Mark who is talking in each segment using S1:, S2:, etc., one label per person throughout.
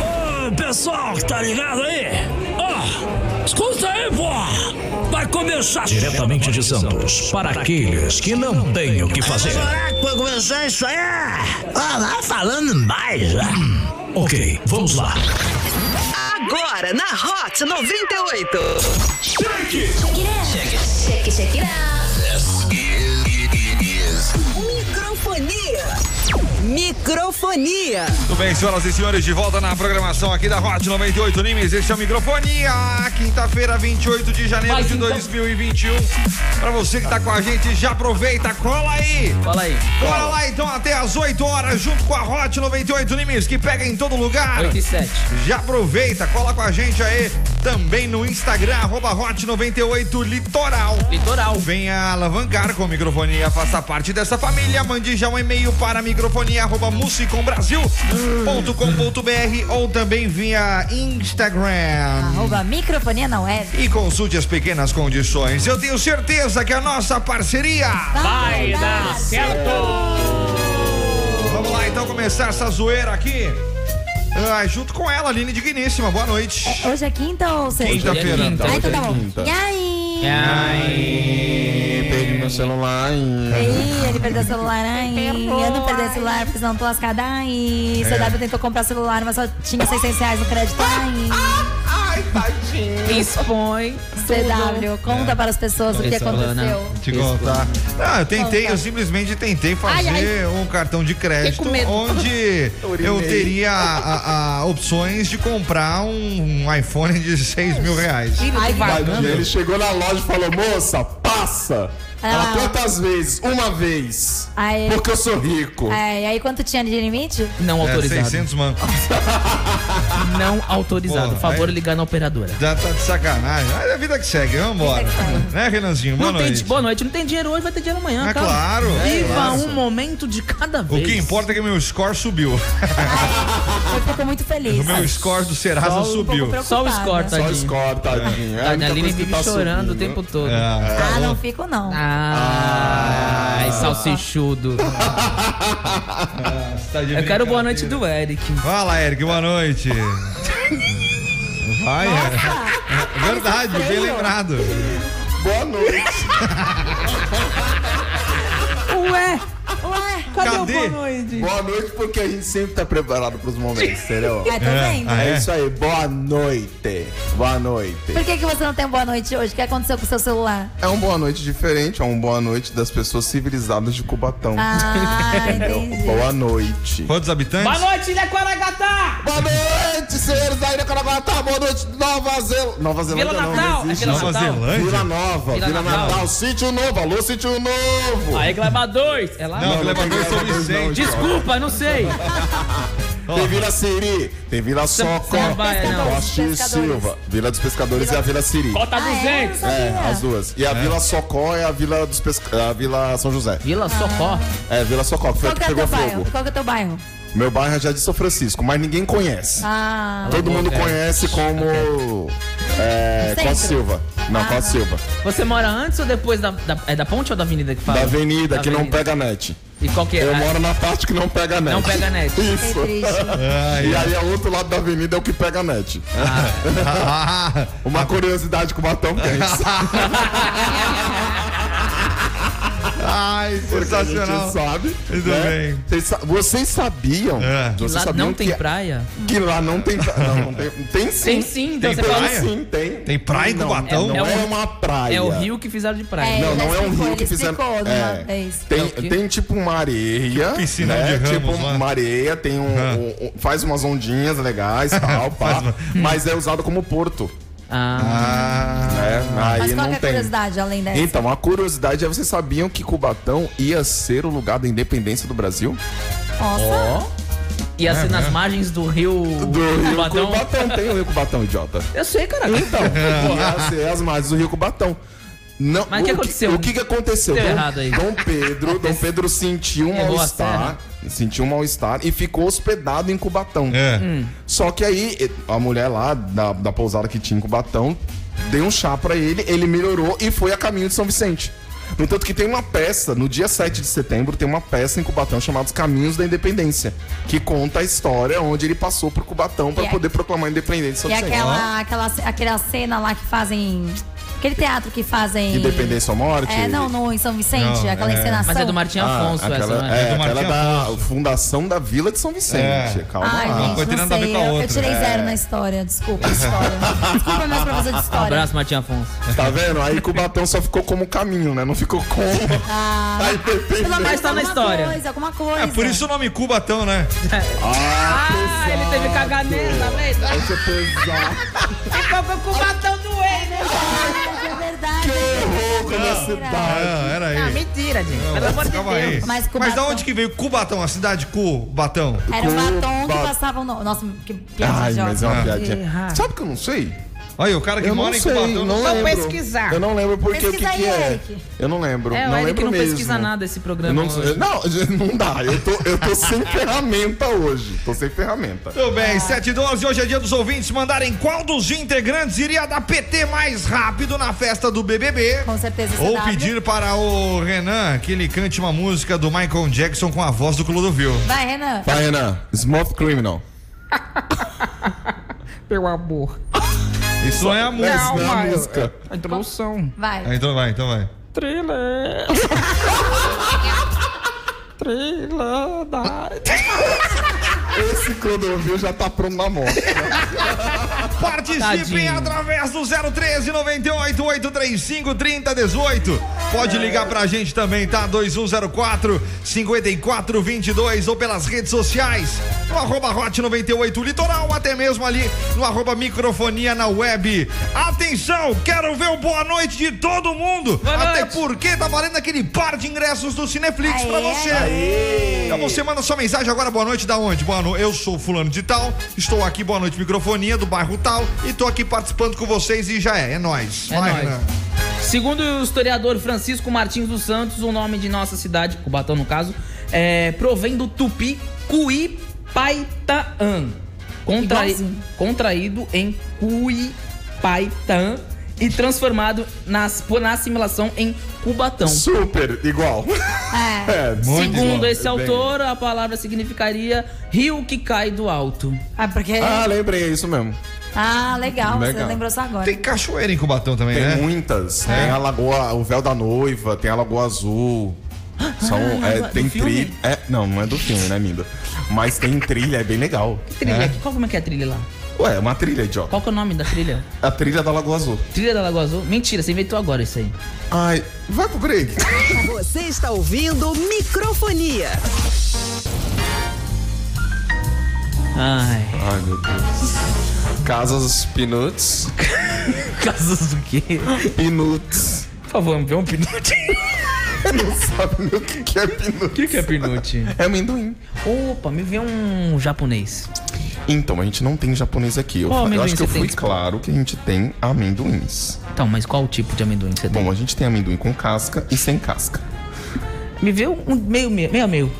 S1: Oh,
S2: pessoal que tá ligado aí? Ó, escuta aí, pô! Vai começar
S3: Diretamente de Santos, para aqueles que não têm o que fazer.
S2: Será que vai começar isso aí? Ó, vai falando mais, né?
S3: Ok, vamos lá.
S1: Agora na Hot 98.
S4: Shake, shake it out.
S1: Microfonia. Microfonia.
S5: Tudo bem, senhoras e senhores, de volta na programação aqui da Hot 98 Nimes. Esse é o Microfonia, quinta-feira, 28 de janeiro de 2021. Pra você que tá com a gente, já aproveita, cola aí. Cola aí. Cola lá então até as 8 horas, junto com a Hot 98 Nimes, que pega em todo lugar. 8 e 7. Já aproveita, cola com a gente aí também no Instagram, arroba Hot 98 Litoral. Litoral. Venha alavancar com microfonia, faça parte dessa família. Mande já um e-mail para microfonia.musicombrasil.com.br ou também via Instagram.
S4: Arroba microfonia é? na web.
S5: E consulte as pequenas condições. Eu tenho certeza que a nossa parceria.
S4: Vai dar
S5: Vamos lá então começar essa zoeira aqui. Ah, junto com ela, Aline Digníssima. Boa noite.
S4: Hoje é quinta ou sexta?
S5: Quinta-feira.
S4: Ah, então tá bom.
S6: Quinta.
S4: E aí?
S6: Perdi meu celular
S4: E
S6: e.
S4: aí, ele perdeu o celular, ai, eu não perdi o celular, porque senão tô lascada, ai, seu W tentou comprar celular, mas só tinha 600 reais no crédito,
S7: Ah,
S4: ai,
S6: Ai, tadinho.
S7: Expõe.
S4: CW, conta para as pessoas o que
S7: Esse
S4: aconteceu.
S7: celular,
S5: Te contar. Ah, eu tentei,
S4: Conta.
S5: eu simplesmente tentei fazer
S4: Ai,
S5: um cartão de crédito
S7: Fiquei com medo.
S5: onde eu teria a- a- a opções de comprar um, um iPhone de 6 mil reais. É,
S7: Ai, vai.
S6: Tadinho. um Ele chegou na loja e falou: moça, passa. Ela
S4: Ah.
S6: quantas vezes? Uma vez.
S4: Aí, é,
S6: Porque eu sou rico.
S4: aí, aí quanto tinha de limite?
S7: Não
S5: É,
S7: autorizado.
S5: 600 mano.
S7: Não autorizado.
S5: Porra,
S7: Favor
S5: aí-
S7: ligar na operadora.
S5: Já tá de sacanagem. Mas é a vida que segue, vambora. Né, Renanzinho? Boa
S7: não tem,
S5: noite.
S7: di- boa noite. Não tem dinheiro hoje, vai ter dinheiro amanhã,
S5: Ah,
S7: calma.
S5: claro.
S7: Viva um momento de cada
S5: O
S7: vez.
S5: que importa é que meu score subiu.
S4: Eu fico muito feliz.
S5: O meu score do Serasa
S7: Só um
S5: subiu.
S4: pouco
S7: Só o
S4: preocupada.
S7: score,
S6: Só
S7: tadinho.
S6: escola, tadinho. É a
S7: Tadinho,
S6: única
S7: a Aline
S6: coisa que
S7: vive
S6: tá
S7: chorando o
S6: subindo.
S7: tempo todo.
S5: Ah,
S4: Ah, não fico não.
S7: Ah, Ai, salsichudo. É
S5: tá de
S7: Eu quero boa noite
S5: brincadeira.
S7: do Eric.
S5: Fala, Eric, boa noite. Vai, é. Verdade, bem lembrado.
S6: Boa noite.
S7: Ué,
S4: Ué,
S7: cadê, o
S5: Cadê?
S7: boa noite?
S6: Boa noite, porque a gente sempre tá preparado pros momentos, entendeu?
S4: é, tô vendo.
S5: ah,
S6: É,
S5: é?
S6: isso aí. Boa noite. Boa noite.
S4: Por que, que você não tem boa noite hoje? O que aconteceu com o seu celular?
S6: É um boa noite diferente, é um boa noite das pessoas civilizadas de Cubatão.
S4: Ah,
S6: É um
S4: entendi.
S6: boa noite.
S5: Quantos habitantes?
S7: Boa noite, Ilha Quaragatá!
S6: Boa noite, senhores da Ilha Caraguatá. Boa noite, Nova Zelândia. Nova
S7: Vila
S6: Zelândia não,
S7: Natal! É
S6: não existe.
S7: Vila
S5: Nova
S7: Natal?
S5: Zelândia?
S6: Vila Nova, Vila,
S7: Vila
S6: Natal.
S7: Natal.
S6: Sítio Novo, alô, Sítio Novo.
S7: Aí, Glebadores! É lá?
S5: Não,
S6: não
S5: Gleba
S6: tem
S5: dois São
S6: Gleba dois, não,
S5: Vicente.
S7: Desculpa, não sei.
S6: Tem Vila Siri, tem Vila Soco,
S7: Sambaia, não.
S6: Costa e
S4: Pescadores.
S6: Silva, Vila dos Pescadores e a Vila Siri.
S7: Cota
S4: Ah, é? Eu não
S7: 200.
S4: sabia.
S6: É, as duas. E a Vila Socó é a Vila dos Pesca... a Vila São José.
S7: Vila Socó.
S6: É, Vila Socó, que foi
S4: Qual
S6: a
S4: que
S6: que
S4: é o
S6: pegou
S4: teu
S6: fogo.
S4: bairro? Qual que é o teu bairro?
S6: Meu bairro é Jardim São Francisco, mas ninguém conhece.
S4: Ah,
S6: Todo mundo conhece como. É,
S4: Centro.
S6: Costa Silva. Não,
S4: Ah.
S6: Costa Silva.
S7: Você mora antes ou depois da, da- é da ponte ou da avenida que fala?
S6: Da avenida, que não
S7: avenida.
S6: pega net.
S7: E qual que é?
S6: Eu
S7: Ah,
S6: moro na parte que não pega net.
S7: Não pega net.
S4: que
S6: Isso.
S4: triste.
S5: Ai,
S6: E aí, o outro lado da avenida é o que pega net.
S5: ah,
S6: Uma curiosidade que é o Batão tem.
S5: ai,
S6: Porque a gente
S5: sensacional.
S6: sabe.
S5: Tudo
S6: né?
S5: bem.
S6: Vocês sa- Vocês sabiam?
S5: É.
S6: Vocês
S7: Lá
S6: sabiam
S7: não tem
S6: que,
S7: praia?
S6: que lá não tem praia. Não, não tem. Tem sim.
S7: Tem sim, então
S5: Tem
S7: você
S6: Tem
S7: fala.
S5: praia?
S6: sim, tem.
S5: Tem praia em
S6: Não,
S5: Cubatão?
S6: Não,
S7: É
S6: é,
S7: o-
S6: uma praia.
S7: É o rio que fizeram de praia.
S4: É.
S6: Não, não é um
S4: Explicou,
S6: rio que
S4: ele
S6: fizeram.
S4: explicou de uma
S6: é,
S4: vez.
S7: É
S6: Tem,
S7: o quê?
S6: tem tipo uma areia.
S5: Que piscinão de Ramos
S6: Tipo
S5: lá.
S6: uma areia, tem um,
S5: Ah.
S6: um- um- Faz umas ondinhas legais tal, pá.
S5: Faz uma-
S6: Mas é usado como porto.
S7: Ah,
S5: Ah,
S6: Né? Aí
S4: Mas qual
S6: não
S4: que é a
S6: tem.
S4: curiosidade além dessa?
S6: Então, a curiosidade é: vocês sabiam que Cubatão ia ser o lugar da independência do Brasil?
S4: Nossa,
S7: ó. Ia ser assim, nas margens do rio.
S6: É, né? Do Rio
S7: Cubatão.
S6: Cubatão. Tem o Rio Cubatão, idiota.
S7: Eu sei, cara. Então.
S6: Ia ser é as margens do Rio Cubatão. Não,
S7: Mas o que aconteceu?
S6: O que, que aconteceu?
S7: Deu
S6: Dom,
S7: errado aí.
S6: Dom Pedro, Dom Pedro sentiu um
S7: Errou a
S6: mal-estar. Sentiu um mal-estar e ficou hospedado em Cubatão.
S5: é.
S7: Hum.
S6: Só que aí, a mulher lá da, da pousada que tinha em Cubatão deu um chá pra ele, ele melhorou e foi a caminho de São Vicente. No tanto que tem uma peça, no dia 7 de setembro, tem uma peça em Cubatão chamada Os Caminhos da Independência, que conta a história onde ele passou por Cubatão para
S4: E a-
S6: poder proclamar a independência
S4: E
S6: do Senhor.
S4: aquela, aquela, aquela cena lá que fazem. Aquele teatro que fazem.
S6: Independência ou morte?
S4: É, não, no, em São Vicente,
S5: Não,
S4: aquela
S5: é.
S4: encenação.
S7: Mas é do Martim
S6: Ah,
S7: Afonso essa,
S6: aquela,
S7: não é?
S6: é,
S5: Do Martim
S6: aquela da Fundação da Vila de São Vicente.
S5: É.
S6: Calma
S4: Ai,
S6: lá.
S5: Uma
S4: gente,
S5: coisa tem
S4: não
S5: nada a ver
S4: sei.
S5: com a
S4: eu- Eu
S5: outra. É.
S4: tirei zero na história, desculpa, história. desculpa, meus professores de
S7: Um
S4: história.
S7: abraço, Martim Afonso.
S6: Tá vendo? Aí Cubatão só ficou como caminho, né? Não ficou como.
S4: Ah.
S6: a
S4: Pelo
S6: independência.
S4: menos
S7: Mas tá na
S4: alguma
S7: história.
S4: coisa, alguma coisa.
S5: É por isso o nome Cubatão, né?
S7: Ah, ele teve tá caganeiro na vez.
S6: Esse é pesado.
S7: Ficou com o batão do ele. né?
S4: É verdade.
S6: Errou como a cidade.
S5: Ah, era
S7: Ah,
S5: ele.
S7: mentira, gente. Pelo amor de
S5: Calma aí.
S7: Deus.
S4: Mas
S5: Mas,
S4: Cubatão-
S5: da onde que veio Cubatão, a cidade Cubatão?
S4: Era o
S6: Com
S4: batom que
S6: bat-
S4: passavam no. Nossa, que piada
S6: Ai,
S4: idiota.
S6: mas é uma
S7: Errar.
S6: piadinha. Sabe que eu não sei?
S5: Olha, aí, o cara que
S6: Eu não
S5: mora em
S6: sei,
S5: Cubatão.
S6: não
S7: Vou
S6: lembro.
S7: pesquisar.
S6: Eu não lembro porque o que,
S4: Pesquisa
S6: que
S4: aí,
S6: é.
S4: Eric.
S6: Eu não lembro.
S7: É, o
S6: não
S7: Eric
S6: lembro
S7: não
S6: mesmo.
S7: pesquisa nada esse
S6: Eu
S7: programa.
S6: Não,
S7: hoje.
S6: não, não dá. Eu tô, eu tô sem ferramenta hoje. Tô sem ferramenta.
S5: Tudo bem, 7 e 12, hoje é dia dos ouvintes mandarem qual dos integrantes iria dar PT mais rápido na festa do BBB.
S4: Com certeza
S5: um- Ou
S4: CW.
S5: pedir para o Renan que ele cante uma música do Michael Jackson com a voz do Clodovil.
S4: Vai, Renan.
S6: Vai, Renan. Smooth Criminal.
S7: Meu amor.
S5: Isso não é a música.
S6: Isso não é a
S7: mas-
S6: música.
S7: A introdução.
S4: Vai.
S5: Ah, então vai, então vai.
S7: Thriller. Thriller da...
S6: Esse Clodovil já tá pronto na morte.
S5: Participem
S7: Tadinho.
S5: através do 013 98 835 3018. Pode ligar pra gente também, tá? 2104 5422 ou pelas redes sociais. No arroba Hot 98 Litoral, até mesmo ali no arroba Microfonia na web. Atenção, quero ver o boa noite de todo mundo.
S7: Boa
S5: até
S7: noite.
S5: porque tá valendo aquele par de ingressos do Cineflix pra
S4: Aê,
S5: você. Então você manda sua mensagem agora, boa noite da onde? Boa noite, eu sou fulano de tal, estou aqui, boa noite, microfonia do bairro tal, e tô aqui participando com vocês e já é, é nóis.
S7: É nóis.
S5: Renan.
S7: Segundo o historiador Francisco Martins dos Santos, o nome de nossa cidade, Cubatão no caso, é, provém do tupi Cuipaitaã, contrai-
S4: Igualzinho.
S7: contraído em Cuipaitaã e transformado nas, por- na assimilação em Cubatão.
S6: Super igual.
S4: É.
S6: É,
S5: Muito
S7: Segundo
S5: igual.
S7: esse autor, a palavra significaria rio que cai do alto.
S4: Ah, porque.
S6: Ah, lembrei, é isso mesmo.
S4: Ah, legal. Você
S6: Legal.
S4: lembrou só agora.
S5: Tem cachoeira em Cubatão também,
S6: Tem
S5: né?
S6: muitas. Tem a Lagoa, o Véu da Noiva, tem a Lagoa Azul. São,
S7: Ah,
S6: é,
S7: do
S6: tem
S7: filme?
S6: trilha. É, não, não é do filme, né, linda? Mas tem trilha, é bem legal.
S7: Trilha, qual como é que é a trilha lá?
S6: Ué, é uma trilha, idiota.
S7: Qual que é o nome da trilha?
S6: A trilha da Lagoa Azul.
S7: Trilha da Lagoa Azul? Mentira, você inventou agora isso aí.
S6: Ai, vai pro break.
S1: Você está ouvindo microfonia.
S7: Ai.
S6: Ai, meu Deus. Casas Pinuts.
S7: Casas do quê?
S6: Pinuts.
S7: Por favor, me vê um pinute.
S6: Não sabe nem o que que é Pinuts.
S7: O que, que é pinute?
S6: É amendoim.
S7: Opa, me vê um japonês.
S6: Então, a gente não tem japonês aqui. Eu,
S7: Qual
S6: fa- eu
S7: amendoim
S6: acho que eu
S7: você tem?
S6: fui claro que a gente tem amendoins.
S7: Então, mas qual tipo de amendoim você tem?
S6: Bom, a gente tem amendoim com casca e sem casca.
S7: Me vê um meio meio, meio a meio.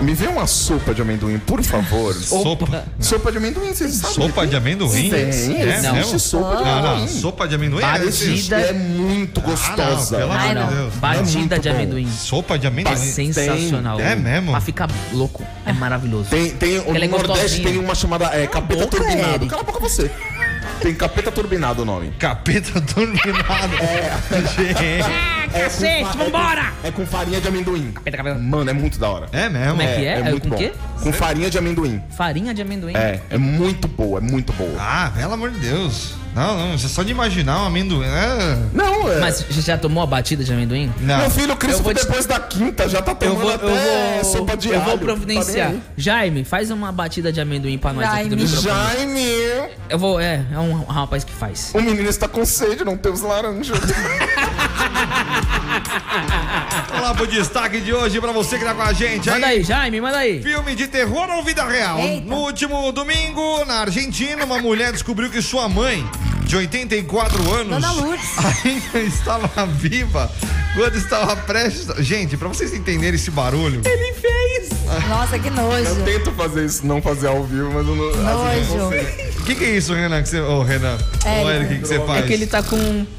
S6: Me vê uma sopa de amendoim, por favor. Ou-
S5: Sopa,
S6: sopa de amendoim, vocês sabem.
S5: sopa de amendoim?
S6: Tem,
S5: É,
S6: existe
S7: Ah, não.
S6: sopa de
S5: Não,
S6: amendoim.
S5: não, sopa de amendoim? é esse?
S7: Parecida.
S6: Existe, é muito
S7: Ah,
S6: gostosa.
S5: pelo amor
S4: Ai,
S5: de
S4: não.
S5: Deus.
S7: Batida
S6: muito
S7: de
S6: bom.
S7: amendoim.
S5: Sopa de amendoim?
S7: É sensacional.
S5: É mesmo?
S7: Pra ficar louco. É maravilhoso.
S6: Tem, tem,
S7: Ela é
S6: no Nordeste
S7: gostosinha.
S6: tem uma chamada é, capeta
S7: boca,
S6: turbinado.
S7: Eric.
S6: Cala a boca você. Tem capeta turbinado o nome.
S5: Capeta turbinado. É.
S7: Cacete, vambora!
S6: É com farinha de amendoim.
S7: Capeta, capeta.
S6: Mano, é muito da hora.
S5: É mesmo?
S7: Como é que é? É
S6: muito
S7: com
S6: bom.
S7: quê?
S6: Com farinha de amendoim.
S7: Farinha de amendoim.
S6: É, é muito boa, é muito boa.
S5: Ah, pelo amor de Deus. Não, não, só de imaginar um amendoim. é.
S6: Não, é.
S7: Mas você já tomou a batida de amendoim?
S5: Não.
S6: Meu filho, o Crispo,
S7: Eu vou te-
S6: depois da quinta já tá
S7: Eu
S6: tomando
S7: vou, eu
S6: até
S7: vou,
S6: sopa de
S7: eu vou
S6: alho.
S7: providenciar.
S6: Tá
S7: Jaime, faz uma batida de amendoim pra nós aqui do
S4: Jaime.
S6: bem Tá aí.
S7: microfone.
S6: Jaime,
S7: Eu vou, é, é um rapaz que faz.
S6: o menino está com sede, não temos laranja.
S5: Vamos lá pro destaque de hoje pra você que tá com a gente
S7: Manda
S5: aí.
S7: aí, Jaime, manda aí.
S5: Filme de terror ou vida real?
S4: Eita.
S5: No último domingo, na Argentina, uma mulher descobriu que sua mãe, de 84 anos,
S4: Dona Lourdes.
S5: ainda estava viva quando estava prestes. a- Gente, pra vocês entenderem esse barulho,
S4: Nossa, que
S6: Eu
S4: nojo.
S6: tento fazer isso, não fazer ao vivo, mas eu não. às vezes eu não
S4: Nojo.
S6: sei.
S5: o que, que é isso, Renan? Que você, ô, Renan,
S4: É,
S5: Ô, Eric, o que, que você faz?
S7: É que ele tá com. ônibus.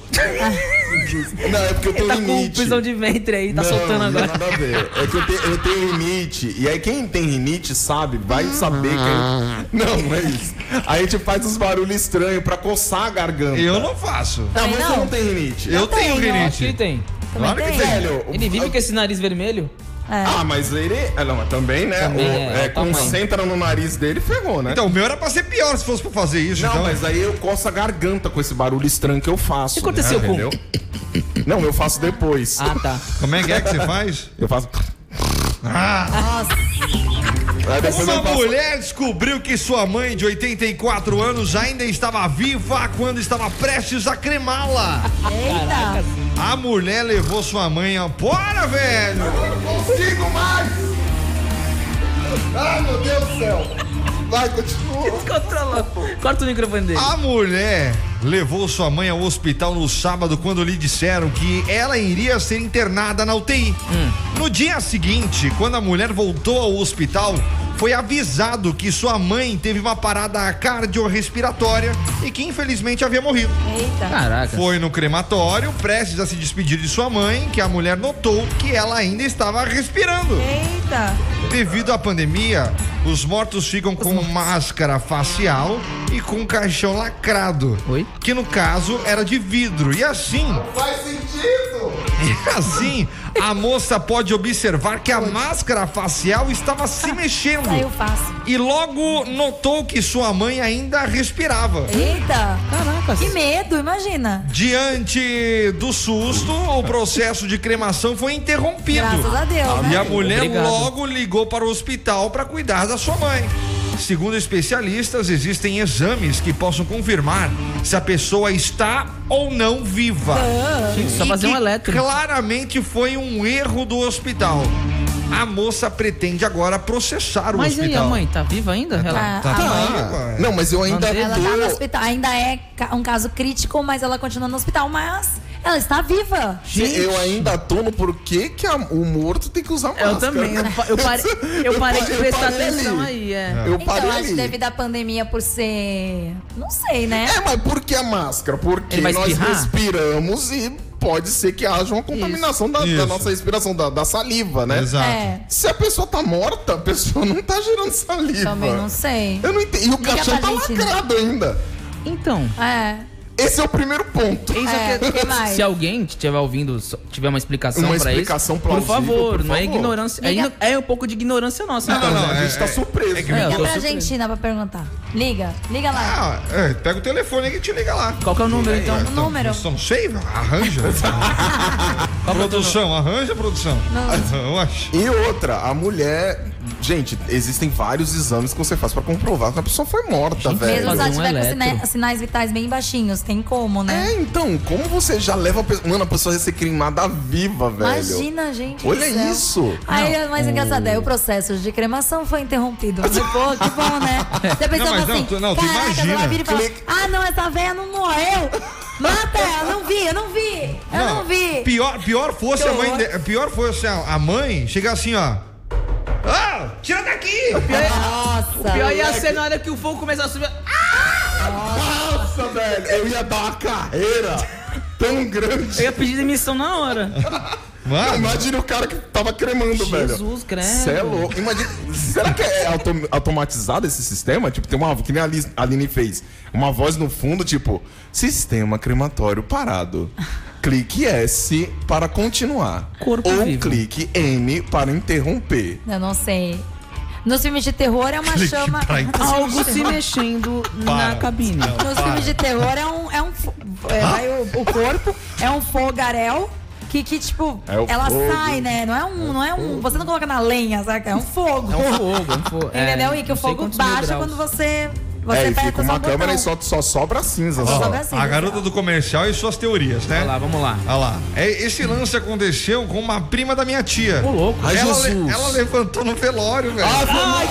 S6: Não, é porque eu
S7: Ele
S6: tenho
S7: tá com
S6: limite.
S7: prisão de ventre aí, tá soltando
S6: não,
S7: agora.
S6: Não nada a ver. É que eu, te- eu tenho rinite. E aí quem tem rinite sabe, vai saber que. é Não, mas. A gente faz uns barulhos estranhos pra coçar a garganta.
S5: Eu não faço.
S6: Não, mas
S4: Não.
S6: você não tem rinite.
S5: Eu tenho
S4: tenho,
S7: Acho que ele
S5: rinite.
S7: tem.
S4: Também
S5: Claro que
S4: tem.
S5: tem.
S6: Velho,
S7: Ele vive
S6: a-
S7: com esse nariz vermelho?
S4: É.
S6: Ah, mas ele. ah, Não, mas também, né?
S7: Também
S6: o-
S7: é,
S6: é,
S7: o tamanho.
S6: concentra no nariz dele e ferrou, né?
S5: Então, o meu era pra ser pior se fosse pra fazer isso.
S6: não,
S5: então.
S6: mas aí eu coço a garganta com esse barulho estranho que eu faço.
S7: O que aconteceu
S6: né?
S7: com-
S6: Entendeu? Não, eu faço depois.
S7: Ah, tá.
S5: Como é que é que você faz?
S6: Eu faço.
S4: Nossa,
S6: Aí Ah, depois
S5: Uma
S6: eu faço.
S5: mulher descobriu que sua mãe de 84 anos ainda estava viva quando estava prestes a cremá-la.
S4: eita.
S5: A mulher levou sua mãe a. Bora, velho!
S6: Consigo mais! Ai, meu Deus do céu! Vai, continua.
S7: Controla. Corta o microfone dele.
S5: A mulher levou sua mãe ao hospital no sábado quando lhe disseram que ela iria ser internada na UTI. No dia seguinte, quando a mulher voltou ao hospital, foi avisado que sua mãe teve uma parada cardiorrespiratória e que infelizmente havia morrido.
S4: Eita.
S7: Caraca.
S5: Foi no crematório, prestes a se despedir de sua mãe, que a mulher notou que ela ainda estava respirando.
S4: Eita.
S5: Devido à pandemia, os mortos ficam com máscara facial e com um caixão lacrado.
S7: Oi?
S5: Que no caso era de vidro. E assim,
S6: Faz sentido!
S5: e assim, a moça pode observar que a máscara facial estava se mexendo.
S4: Aí eu faço.
S5: E logo notou que sua mãe ainda respirava.
S4: É. Eita.
S7: Caraca.
S4: Que medo, imagina.
S5: Diante do susto, o processo de cremação foi interrompido.
S4: Graças a Deus, né?
S5: E a mulher
S7: Obrigado.
S5: logo ligou para o hospital para cuidar da sua mãe. Segundo especialistas, existem exames que possam confirmar se a pessoa está ou não viva.
S7: Só
S5: E
S7: fazer um
S5: que
S7: elétrico.
S5: Claramente foi um erro do hospital. A moça pretende agora processar o
S7: Mas e aí, a
S5: hospital.
S7: mãe tá viva ainda? Ela...
S4: Ah,
S5: Tá
S4: a
S5: bem,
S4: mãe-
S5: ué.
S6: Não, mas eu ainda
S7: Manteiga.
S4: Ela tá no
S6: tô.
S4: hospital. Ainda é ca- um caso crítico, mas ela continua no hospital. Mas ela está viva.
S6: Gente, eu ainda tô no porquê que a- o morto tem que usar máscara.
S7: Eu
S4: né?
S7: também. Eu, pa- eu parei, eu parei de
S6: Eu
S7: prestar
S6: parei ali.
S7: atenção aí, é.
S6: Eu
S4: então,
S6: parei
S4: acho que
S6: ali.
S4: devido à pandemia por ser. Não sei, né?
S6: É, mas por que a máscara? Porque
S7: Ele vai
S6: nós
S7: espirrar?
S6: respiramos e pode ser que haja uma contaminação da, da
S5: Isso.
S6: nossa respiração, da, da saliva, né?
S5: Exato.
S4: É.
S6: Se a pessoa tá morta, a pessoa não tá gerando saliva.
S4: Também não sei.
S6: Eu não entendo. E o
S4: Liga
S6: caixão
S4: pra
S6: tá
S4: gente. né?
S6: lacrado ainda.
S7: Então,
S4: É.
S6: Esse é o primeiro ponto.
S7: eis
S4: É,
S7: é,
S4: o que mais?
S7: Se alguém estiver ouvindo, so- tiver uma explicação
S6: Uma
S7: pra
S6: explicação
S7: isso, por
S6: plausível,
S7: favor,
S6: por
S7: não é
S6: favor.
S7: ignorância.
S4: Liga-
S7: É, ino- é um pouco de ignorância nossa.
S5: Não,
S7: então,
S5: não, não.
S7: né?
S6: A gente
S5: é-
S6: tá surpreso.
S5: é
S7: É,
S5: que-
S7: eu
S4: Liga
S7: tô
S4: pra
S7: surpreso.
S4: Argentina pra perguntar. Liga. Liga lá.
S5: Ah, é, pega o telefone que te liga lá.
S7: Qual que é o número, então?
S4: O número.
S5: Não sei, arranja.
S7: Qual que é o teu número?
S5: produção, arranja, produção. Eu acho.
S6: E outra, a mulher. Gente, existem vários exames que você faz pra comprovar que a pessoa foi morta, velho.
S4: Mesmo assim, né? se
S7: fazer um
S4: ela tiver com sina-
S7: eletro.
S4: sinais vitais bem baixinhos, tem como, né?
S6: É, então, como você já leva a pessoa. Mano, a pessoa ia ser cremada viva, velho.
S4: Imagina, gente.
S6: Olha
S4: do céu.
S6: isso. Oh.
S4: Aí, mas engraçado é, o processo de cremação foi interrompido. Mas, Pô, que bom, né? Você pensa
S5: Não, mas
S4: assim,
S5: não, tu- não, tu
S4: caraca,
S5: imagina.
S4: ela vira e fala,
S6: Clique.
S4: ah, não, essa velha não morreu. Mata ela, não vi, eu não vi, eu não, vi.
S5: Pior, pior fosse
S4: Que
S5: a mãe.
S4: horror.
S5: de- pior fosse a, a mãe chegar assim, ó. Ah, tira daqui!
S4: Nossa.
S7: Pior é ia ser na hora que o fogo começar a subir.
S6: Nossa, velho, eu ia dar uma carreira tão grande.
S7: Eu ia pedir demissão na hora.
S5: Mano,
S6: Imagina o cara que tava cremando, velho.
S7: Jesus, credo.
S6: Cê é louco. Imagina, será que é autom- automatizado esse sistema? Tipo, tem uma. Que nem a Lis- a Aline fez. Uma voz no fundo, tipo, sistema crematório parado. Clique S para continuar.
S7: Corpo
S6: Ou
S7: vivo.
S6: clique N para interromper.
S4: Eu não sei. Nos filmes de terror é uma
S5: Clique
S4: chama.
S5: pra entrar.
S4: Nos filmes
S7: Algo
S4: de
S7: se
S4: terror-
S7: mexendo na
S5: Para.
S7: cabine.
S4: Nos filmes de terror é um. É um fo- é, vai o, o corpo, é um fogaréu. Que, que, tipo,
S6: É o
S4: ela
S6: fogo.
S4: sai, né? Não é um. Não é um. Você não coloca na lenha, saca? É um fogo.
S7: É um fogo, é um fogo. é,
S4: Entendeu? e que
S7: não sei
S4: o fogo
S7: quantos mil
S4: baixa
S7: graus.
S4: quando você. Você
S6: é, e
S4: aperta
S6: fica uma
S4: só o
S6: câmera
S4: botão.
S6: e só, só sobra cinza.
S5: Ó,
S6: só.
S4: Sobra assim,
S5: a
S4: pessoal.
S5: garota do comercial e suas teorias, né?
S7: Vamos lá, vamos lá.
S5: Olha lá. É, esse lance aconteceu com uma prima da minha tia.
S7: Ô, louco.
S6: Ai,
S5: ela, le-
S6: Jesus.
S5: ela levantou no velório, velho.
S4: Ah,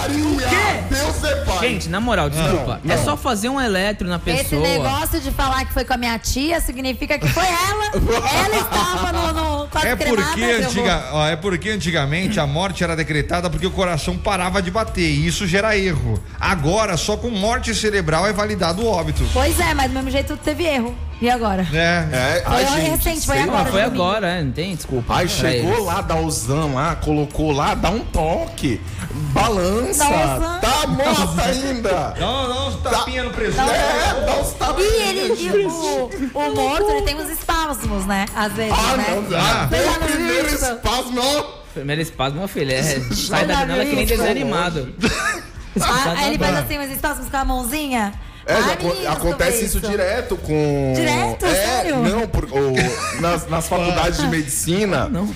S6: Ave Maria! Deus é pai!
S7: Gente, na moral, desculpa.
S6: não.
S7: É só fazer um eletro na pessoa.
S4: Esse negócio de falar que foi com a minha tia significa que foi ela. ela estava no, no quase
S5: É porque,
S4: cremada, eu vou-
S5: antiga- ó, é porque antigamente a morte era decretada porque o coração parava de bater e isso gera erro. Agora, só com morte morte cerebral é validado o óbito.
S4: Pois é, mas do mesmo jeito teve erro. E agora?
S5: É.
S6: É,
S4: Foi recente, foi
S6: sei
S4: agora.
S6: lá.
S7: Foi
S4: domingo.
S7: agora, é, não tem desculpa.
S6: Aí
S7: pra
S6: chegou
S7: eles.
S6: lá, dá o zan lá, colocou lá, dá um toque, balança,
S4: Dá o zan.
S6: tá morta ainda.
S5: Não, não, os tapinha no presunto.
S4: um
S6: É, dá uns
S4: E
S6: tapinhas.
S4: ele, e o, o morto, ele tem uns espasmos, né? Às vezes,
S6: Ah,
S4: né?
S6: não, ah,
S4: Foi lá
S6: meu
S4: no
S6: primeiro
S4: Wilson.
S6: espasmo, ó.
S7: Primeiro espasmo, meu filho, é, sai da
S4: Não,
S7: janela que nem
S4: isso,
S7: desanimado.
S4: Ah, aí ele faz assim, mas espasmos com a mãozinha.
S6: É,
S4: Ah,
S6: já aco-
S4: menino,
S6: acontece isso direto com.
S4: Direto?
S6: É,
S4: Sério?
S6: Não, por, o- nas, nas faculdades de medicina. Não.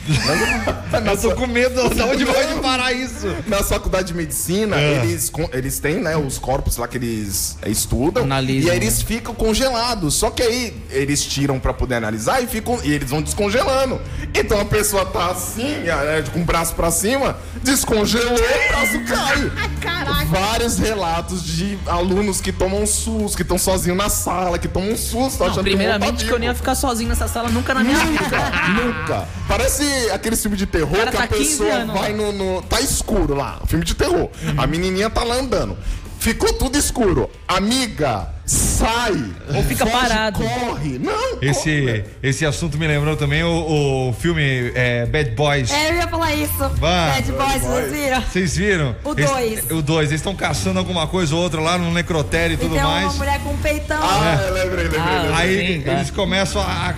S5: Eu tô com medo de onde pode parar isso.
S6: Na faculdade de medicina, eles, con- eles têm, né, os corpos lá que eles eh, estudam.
S7: Analisam, né?
S6: E aí eles ficam congelados. Só que aí eles tiram pra poder analisar e ficam. E eles vão descongelando. Então a pessoa tá assim, né, com o braço pra cima, descongelou, o braço cai. Vários relatos de alunos que tomam susto, que estão sozinhos na sala, que tomam um susto, achando
S7: Primeiramente
S6: que
S7: que eu
S6: vão tá
S7: nem ia
S6: vivo.
S7: ficar sozinho nessa sala nunca na minha vida.
S6: Nunca. Parece aquele filme de terror
S7: Cara,
S6: que
S7: tá
S6: a
S7: 15
S6: pessoa
S7: anos
S6: vai no, no- Tá escuro lá. Filme de terror. A menininha tá lá andando. Ficou tudo escuro. Amiga, sai. Ou
S7: fica parado.
S6: Corre. Não,
S5: Esse, esse assunto me lembrou também o, o filme é, Bad Boys.
S4: É, eu ia falar isso.
S5: Vá.
S4: Bad Boys, vocês viram?
S5: Vocês viram?
S4: O
S5: Eles-
S4: dois.
S5: O 2. Eles estão caçando alguma coisa ou outra lá no necrotério e
S4: E
S5: tudo
S4: tem uma
S5: mais.
S4: mulher com um peitão.
S6: Ah,
S5: É.
S6: lembrei, lembrei. lembrei.
S5: Aí
S7: Sim, cara.
S5: eles começam a,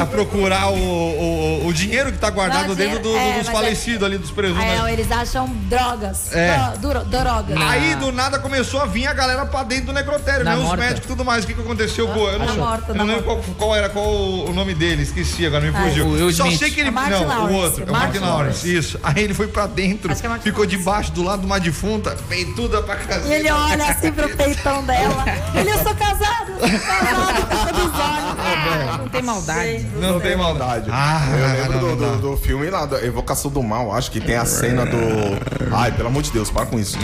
S5: a- a procurar o, o, o dinheiro que tá guardado
S4: Não,
S5: dentro
S4: dinheiro-
S5: do-
S4: é,
S5: dos
S4: mas é-
S5: falecidos ali, dos né? presuntos.
S4: Aí é ó, eles acham drogas.
S5: É.
S4: Dro- duro- drogas.
S5: Aí do nada começou a vir a galera pra dentro do necrotério,
S7: Na
S5: né? Os
S7: morta.
S5: médicos e tudo mais. O que, que aconteceu? Pô, eu não,
S4: na
S5: sei-
S4: morta,
S5: eu
S4: na
S5: não lembro qual, qual era qual o nome dele, esqueci agora, me
S4: Ah,
S5: fugiu.
S7: o Will
S5: Só
S7: Smith.
S5: sei que ele.
S4: É Martin
S5: não,
S4: Lawrence,
S5: o outro. É o Martin
S4: Martin
S5: Lawrence, isso. Aí ele foi pra dentro,
S4: Acho que é Martin
S5: ficou
S4: Lawrence.
S5: debaixo do lado de uma defunta, peituda pra
S4: E
S5: casinha.
S4: ele olha assim pro peitão dela. Ele, eu sou casado, eu sou casado, dos olhos.
S7: Não tem maldade.
S5: É Não tem maldade.
S6: Verdade.
S5: Ah,
S6: eu lembro
S5: não,
S6: do,
S5: não
S6: do- do filme lá, da Evocação do Mal, acho que tem a cena do. Ai, pelo amor de Deus, para com isso.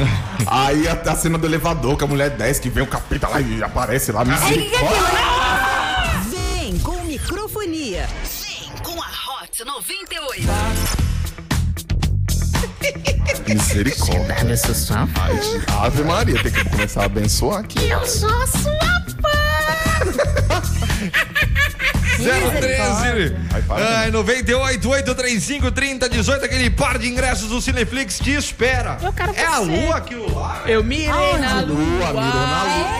S6: Aí a, a cena do elevador, que a mulher desce, que vem o capeta lá e aparece lá.
S4: Aí o que, que é
S6: misericórdia.
S4: aquilo?
S1: Vem com microfonia.
S8: Vem com a Hot 98.
S6: Misericórdia.
S7: Eu sou sua fã.
S6: Ai, Ave Maria, tem que começar a abençoar aqui.
S8: Eu sou a sua fã.
S5: 013.
S6: Ai, para.
S5: Ai, 98, 835, 30, 18, aquele par de ingressos do Cineflix te espera. Eu quero é a lua aquilo lá.
S7: Eu mirei na lua.
S6: Lua, mirou na lua.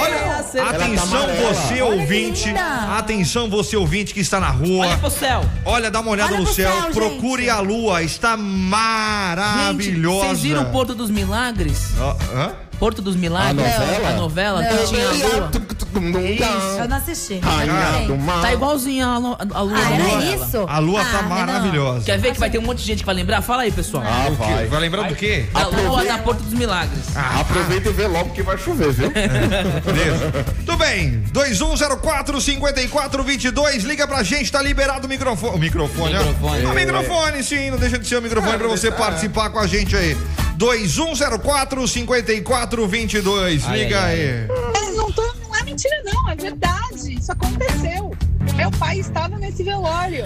S5: Olha, atenção
S6: amarela.
S5: você
S4: tá Olha que
S5: ouvinte,
S4: linda.
S5: atenção você ouvinte que está na rua.
S7: Olha
S5: Olha,
S7: pro céu.
S5: dá uma olhada
S4: Olha
S5: no
S4: pro
S5: céu,
S4: céu,
S5: procure
S4: gente.
S5: a lua, está maravilhosa.
S7: Vocês viram o Porto dos Milagres?
S5: Ah, hã?
S7: Porto dos Milagres?
S6: A novela?
S7: A novela que tinha a lua.
S4: Eu não assisti.
S6: Rainha do
S4: Gente.
S6: mar.
S7: Tá igualzinha a lu- a lua.
S4: Ah,
S7: da
S4: era
S7: novela.
S4: isso?
S5: A lua
S4: ah,
S5: tá
S4: Renan.
S5: maravilhosa.
S7: Quer ver que vai ter um monte de gente que vai lembrar? Fala aí, pessoal.
S6: Ah,
S5: O quê?
S6: vai.
S5: Vai lembrar do quê?
S7: A lua da Porto dos Milagres.
S6: Ah, Aproveita e vê logo que vai chover, viu?
S5: É. Beleza. Tudo bem. 2104-5422. Liga pra gente, tá liberado o microfone. O microfone, ó.
S7: Microfone.
S5: O microfone, sim. Não deixa de ser o microfone pra você participar com a gente aí. 2104-5422.
S7: Ai,
S5: Liga
S7: ai,
S5: aí.
S9: Mas não, tô, não é mentira, não. É verdade. Isso aconteceu. Meu pai estava nesse velório.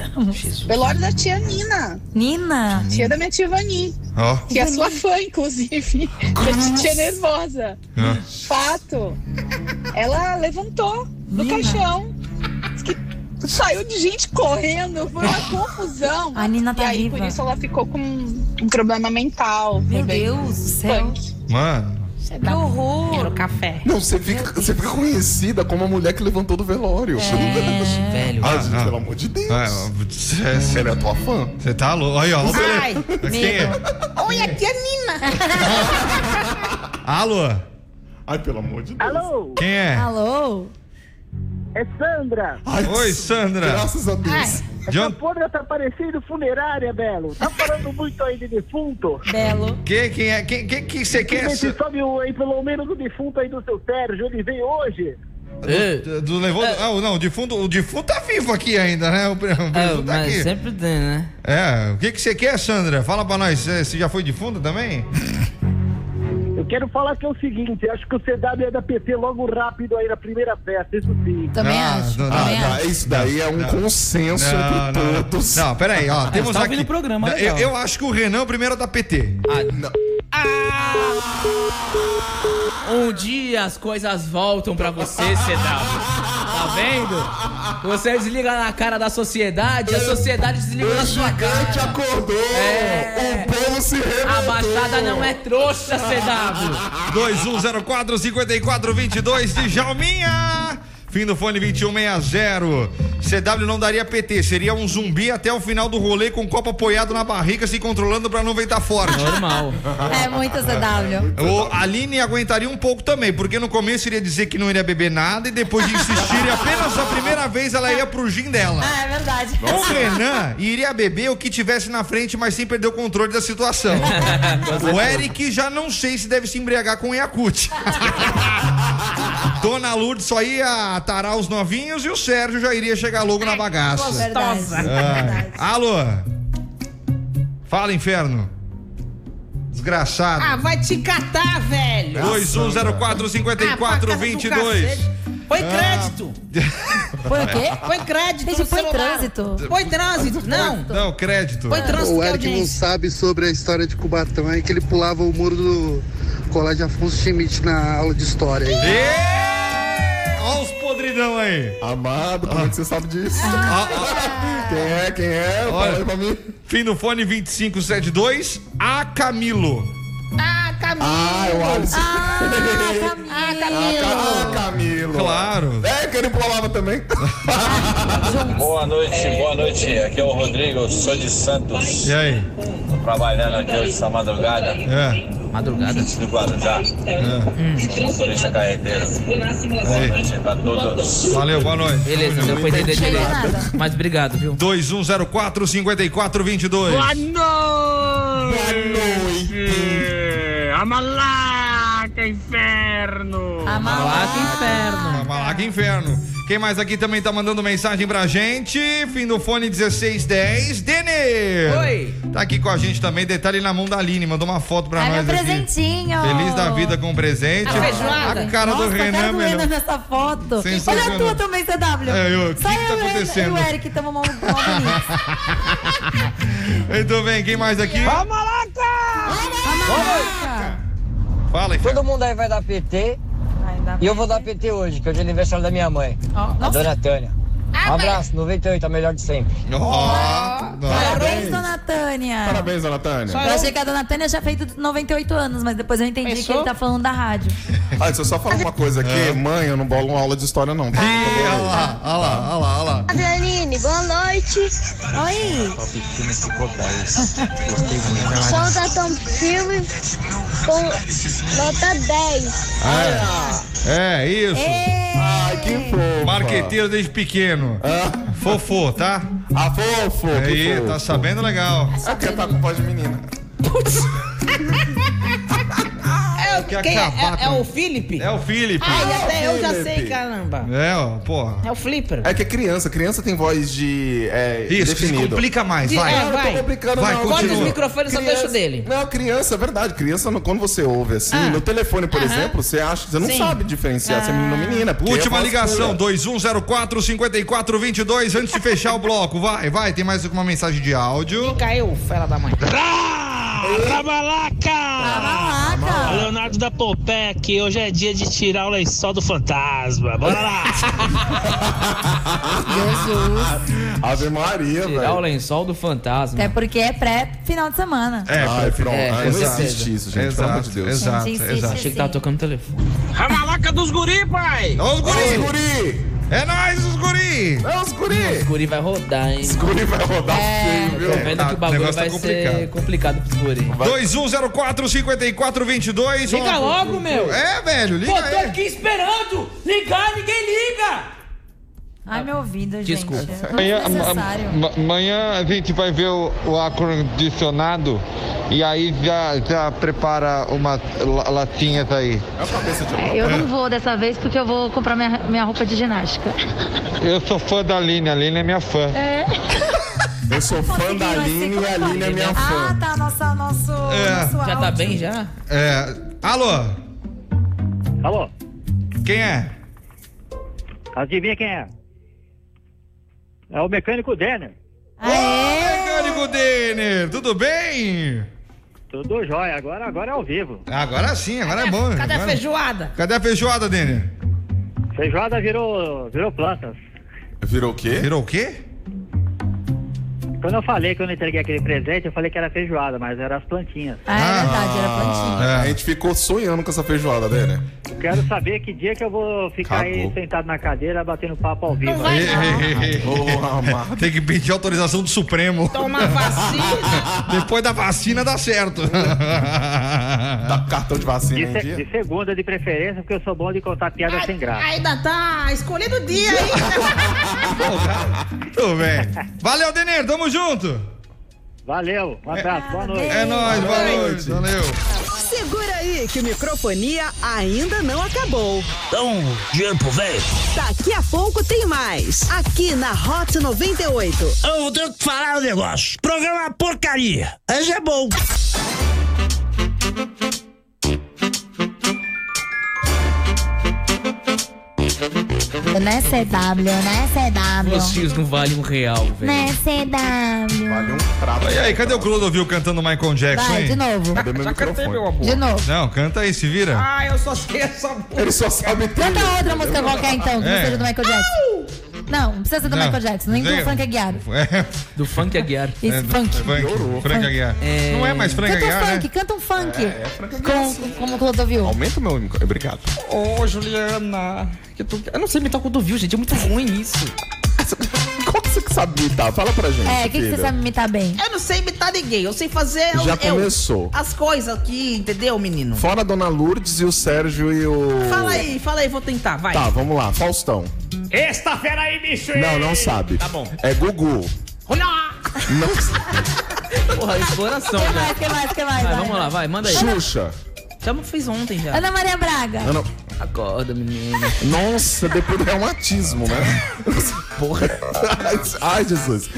S9: Velório da tia Nina.
S4: Uhum. Nina.
S9: Tia da minha tia Vani.
S5: Ó.
S9: Que é sua fã, inclusive. Minha tia nervosa.
S5: Ah.
S9: Fato. Ela levantou do caixão. Diz que saiu de gente correndo. Foi uma confusão.
S4: A Nina tá
S9: e aí,
S4: viva.
S9: por isso, ela ficou com um problema mental.
S4: Meu
S9: também.
S4: Deus do céu.
S9: Punk.
S5: Mano.
S4: Que horror.
S7: café.
S6: Não, você fica, você fica conhecida como a mulher que levantou do velório.
S7: Velho.
S6: Ah, gente,
S5: Ah,
S6: pelo amor de Deus.
S5: Você
S6: Ela é tua fã.
S5: tá louco. Aí, ó.
S4: Ai,
S5: Quem é?
S9: Olha, a tia Nina.
S5: Alô?
S6: Ai, pelo amor de Deus.
S10: Alô,
S5: Quem é?
S4: Alô?
S10: é Sandra.
S6: Ai,
S5: Oi, Sandra.
S6: Graças a Deus.
S5: De
S10: Essa
S5: onde?
S10: podra tá parecendo funerária, Belo. Tá falando muito aí de defunto.
S4: Belo.
S5: Quem, quem é? Quem, quem que você quer?
S10: Quem
S5: Sa-
S10: se sobe o- aí, pelo menos o defunto aí do seu Sérgio, ele veio hoje.
S7: É.
S5: Do, do levou,
S7: É.
S5: ah, não, o defunto, o defunto tá vivo aqui ainda, né? O, pre- o
S7: Ah,
S5: presunto tá
S7: mas
S5: aqui.
S7: sempre tem, né?
S5: É, o que que você quer, Sandra? Fala pra nós, você você já foi defunta também?
S10: Eu quero falar que é o seguinte, acho que o CW é da PT logo rápido aí na primeira festa, isso sim.
S4: Também
S5: Ah,
S4: acho.
S5: não,
S6: Ah,
S4: também acho.
S6: tá, isso daí é um consenso entre todos.
S5: Não, peraí, ó, temos
S7: tá
S5: aqui...
S7: ouvindo o programa,
S5: Não, eu,
S7: legal.
S5: eu acho que o Renan é o primeiro da PT.
S6: Não.
S7: Um dia as coisas voltam pra você, CW. Tá vendo? Você desliga na cara da sociedade, a sociedade desliga na
S6: O
S7: sua cara.
S6: gigante acordou!
S7: É.
S6: O povo se revoltou!
S7: A baixada não é trouxa, CW.
S5: 2104 5422 de Jalminha. Fim do fone 2160. CW não daria PT, seria um zumbi até o final do rolê com o copo apoiado na barriga, se controlando pra não ventar forte.
S7: Normal.
S4: É muito CW.
S5: O Aline aguentaria um pouco também, porque no começo iria dizer que não iria beber nada e depois de insistir, e apenas a primeira vez ela ia pro gin dela.
S4: Ah, é verdade.
S5: O Renan iria beber o que tivesse na frente, mas sem perder o controle da situação. o Eric já não sei se deve se embriagar com Yakut. Dona Lourdes só ia atarar os novinhos e o Sérgio já iria chegar logo
S11: É,
S5: na bagaça.
S4: É
S5: Ah.
S4: Verdade. Verdade.
S5: Alô? Fala, inferno. Desgraçado. um
S11: Ah, vai te catar, velho. Ah,
S5: 21045422.
S11: Foi crédito.
S4: Foi o quê?
S11: Foi crédito.
S4: Gente,
S11: no
S4: foi
S11: celular.
S4: trânsito.
S11: Foi trânsito. Não.
S5: Não, crédito.
S11: Foi trânsito
S12: O
S11: que
S12: Eric não
S11: alguém.
S12: sabe sobre a história de Cubatão aí, que ele pulava o muro do Colégio Afonso Schmidt na aula de história. aí.
S5: Olha os podridão aí.
S6: Amado, como é que você sabe disso? Ah, Quem é? Quem é?
S5: Olha.
S6: Fala aí pra mim.
S5: Fim do fone 2572. A Camilo.
S11: Ah, Camilo.
S6: Ah, é o Alisson.
S11: Ah,
S6: Ah,
S11: Camilo.
S6: Camilo.
S5: Claro.
S6: É, que ele pulava também.
S13: Boa noite, boa noite. Aqui é o Rodrigo, sou de Santos.
S5: E aí?
S13: Tô trabalhando aqui hoje essa madrugada,
S5: É.
S7: Madrugada.
S13: do Guarujá. Sou motorista carreteiro. Boa noite pra todos.
S5: Valeu, boa noite.
S7: Beleza, não foi entender
S4: Chega
S7: direito.
S4: nada.
S7: Mas obrigado, viu?
S5: 2104 5422.
S11: Boa noite. A malaca, inferno.
S4: A
S7: Lá que
S4: malaca.
S7: inferno.
S5: Ah, mas lá que inferno. Quem mais aqui também tá mandando mensagem pra gente? Fim do fone 1610. Dene!
S7: Oi.
S5: Tá aqui com a gente também. Detalhe na mão da Aline. Mandou uma foto pra
S4: Ai,
S5: nós
S11: um
S4: meu
S5: aqui.
S4: presentinho.
S5: Feliz da vida com o presente.
S7: A feijoada.
S5: A cara
S4: Nossa,
S5: do
S4: a cara
S5: Renan, é
S4: do
S5: melhor.
S4: Renan nessa foto. Olha a
S5: Sensacional.
S4: tua também, CW.
S5: É, eu-
S4: Só
S5: que que tá
S4: eu e o-
S5: acontecendo?
S4: E o Eric estamos mal bonitos.
S5: Muito bem, quem mais aqui?
S11: A malaca.
S5: Fala, inferno.
S14: Todo mundo aí vai dar PT e eu vou dar PT hoje, que hoje é aniversário da minha mãe, a dona Tânia. Um abraço, 98, a melhor de sempre.
S5: Ó, nossa.
S4: Parabéns, dona Tânia.
S6: Parabéns, dona Tânia.
S4: Eu achei que a dona Tânia já fez 98 anos, mas depois eu entendi que
S11: Pensou?
S4: ele tá falando da rádio.
S6: Ah, deixa eu só falar uma coisa aqui. Mãe, eu não bolo uma aula de história, não. tá?
S5: Ih, olha lá, olha lá, olha lá, olha lá.
S15: Adeline, boa noite.
S4: Oi.
S15: Solta tão filme com nota 10.
S5: É, isso.
S6: Ai, que fofo.
S5: Marqueteiro desde pequeno.
S6: Ah,
S5: Fofô, tá?
S6: ah, fofo. que
S5: Aí,
S6: fofo.
S5: tá sabendo legal.
S6: Ah, quer tá com voz de menina.
S11: É, o-
S5: Quer
S11: quem é?
S5: acabar
S11: É, é
S5: com-
S11: o Felipe?
S5: É o Felipe.
S11: Ai, até eu já sei,
S6: Felipe.
S11: caramba.
S5: É, ó, porra.
S11: É o Flipper.
S6: É que é criança. Criança tem voz de... É,
S5: Isso, se
S6: definido.
S5: complica mais,
S11: De-
S5: vai.
S11: é,
S6: Não, não
S11: Vai.
S6: tô complicando,
S5: Vai,
S6: não.
S5: corta os
S6: Continua.
S11: microfones, só
S6: Criança-
S11: deixa o dele.
S6: Não, criança, é verdade. Criança, não- quando você ouve assim,
S11: Ah.
S6: no telefone, por
S11: Aham.
S6: exemplo, você acha, você não
S11: Sim.
S6: sabe diferenciar se é menino ou menina. porque
S5: Última
S6: a voz
S5: ligação,
S6: muda.
S5: 2104 5422, antes de fechar o bloco. Vai, vai, tem mais alguma mensagem de áudio.
S11: Caiu, fela da mãe.
S4: Tá Malaca.
S16: Leonardo da Pompeia que hoje é dia de tirar o lençol do fantasma. Bora lá!
S6: Ave Maria,
S7: Tirar o
S6: velho.
S7: lençol do fantasma.
S4: Até porque é pré-final de semana.
S5: É,
S6: Ai,
S5: Felipe.
S6: Ah, pronto.
S7: É,
S6: Ai,
S7: com
S6: não
S7: certeza.
S6: existe isso, gente. Pelo amor
S5: Exato,
S6: de Deus.
S5: exato,
S4: Gente, insiste,
S5: exato.
S7: Achei que tava
S4: sim.
S7: tocando o telefone.
S16: A malaca dos guri, pai!
S5: Ó, os
S6: Os
S5: guri!
S6: guri!
S5: É nóis, os guri!
S6: É os
S7: O
S6: guri!
S7: guri vai rodar, hein?
S6: Os guri vai rodar feio,
S7: Tô
S6: viu?
S7: vendo
S5: tá,
S7: que o
S5: o
S7: bagulho
S5: negócio tá
S7: vai ser complicado pros guri.
S5: 2104 5422.
S7: Liga logo, meu!
S5: É, velho, liga
S7: Pô, tô
S5: aí.
S7: aqui esperando! Ligar, ninguém liga!
S4: Ai, meu ouvido, gente.
S7: Desculpa.
S4: É necessário.
S13: Amanhã a gente vai ver o, ar-condicionado e aí já, já prepara umas latinhas aí.
S6: É a cabeça de
S17: Eu não vou dessa vez porque eu vou comprar minha, minha roupa de ginástica.
S13: Eu sou fã da Aline, a Aline é minha fã.
S6: Eu sou fã
S4: Conseguiu,
S6: da
S4: assim,
S6: Aline
S4: como
S6: e a
S4: foi?
S6: Aline é minha
S4: Ah,
S6: fã.
S4: tá, nossa, nosso,
S5: É.
S4: nosso
S7: Já tá
S4: áudio.
S7: bem já?
S5: É, alô,
S10: Alô,
S5: quem é?
S10: adivinha quem é? É o mecânico Denner.
S5: Ô, mecânico Denner, tudo bem?
S18: Tudo jóia. Agora, agora é ao vivo.
S5: Agora sim, agora é bom.
S18: cadê a
S5: Agora-
S18: feijoada?
S5: Cadê a feijoada, Dene?
S18: Feijoada virou, virou plantas.
S6: Virou o quê?
S5: Virou o quê?
S18: Quando eu falei que eu não entreguei aquele presente, eu falei que era feijoada, mas era as plantinhas.
S4: é
S6: Ah, A gente ficou sonhando com essa feijoada, né? né?
S18: Eu Quero saber que dia que eu vou ficar aí
S6: Acabou.
S18: sentado na cadeira batendo papo ao vivo.
S5: Ei, ei, ei, ei. Tem que pedir autorização do Supremo.
S18: Tomar vacina.
S5: Depois da vacina dá certo. Dá
S6: Tá cartão de vacina
S18: De,
S19: é
S18: se- de segunda, de preferência, porque eu sou bom de contar piada sem graça.
S19: Ainda tá escolhendo o dia, hein?
S5: Tudo bem. Valeu, Denir, tamo junto.
S18: Valeu, um abraço, boa noite.
S5: É nóis, boa noite. Valeu.
S1: Segura aí que o microfonia ainda não acabou.
S3: Então, dinheiro pro velho.
S1: Daqui a pouco tem mais. Aqui na Hot 98.
S3: Eu tenho que falar um negócio. Programa porcaria. Mas é bom.
S4: Né, CW, né, CW.
S7: Vocês não valem um real, velho.
S4: Né, CW.
S6: um
S5: E aí, cadê o Clodovil cantando Michael Jackson,
S4: Vai,
S5: hein?
S4: de novo. De novo.
S5: Não, canta aí, se vira.
S19: Ah, eu só sei essa música.
S6: Ele só sabe
S4: Canta outra música qualquer, então, que não
S5: É.
S4: seja do Michael Jackson. Não, não precisa ser do
S5: Não.
S4: Michael Jackson, nem do
S5: Chega.
S4: Frank Aguiar.
S7: Do funk Aguiar.
S4: Isso,
S5: É, do-
S4: funk.
S5: do Frank, Frank Aguiar. Não é mais Frank
S4: canta
S5: Aguiar,
S4: um
S5: né?
S4: funk, canta um funk. Com, como o Clodovil.
S6: Aumenta o meu. micro- Obrigado.
S11: Ô, Juliana. Eu, tô- eu não sei imitar o Clodovil, gente. É muito ruim isso.
S6: Como você que sabe imitar? Fala pra gente.
S4: É, o que, que você
S6: filha.
S4: sabe imitar bem?
S19: Eu não sei imitar ninguém, eu sei fazer.
S6: Já
S19: eu-
S6: começou.
S19: As coisas aqui, entendeu, menino?
S6: Fora a Dona Lourdes e o Sérgio e o.
S19: Fala aí, fala aí, vou tentar, vai.
S6: Tá, vamos lá. Faustão.
S19: Esta fera aí, bicho!
S6: Não, não sabe.
S19: Tá bom.
S6: É Gugu.
S19: Olha!
S6: Não.
S7: Porra, exploração,
S4: Que
S7: velho.
S4: mais, que mais, que mais?
S7: Vai, vamos lá, vai, manda aí.
S6: Xuxa.
S7: Já me fez ontem, já.
S4: Ana Maria Braga.
S6: Ana-
S7: Acorda, menino.
S6: Nossa, depois do reumatismo, né? Porra. Ai, Jesus.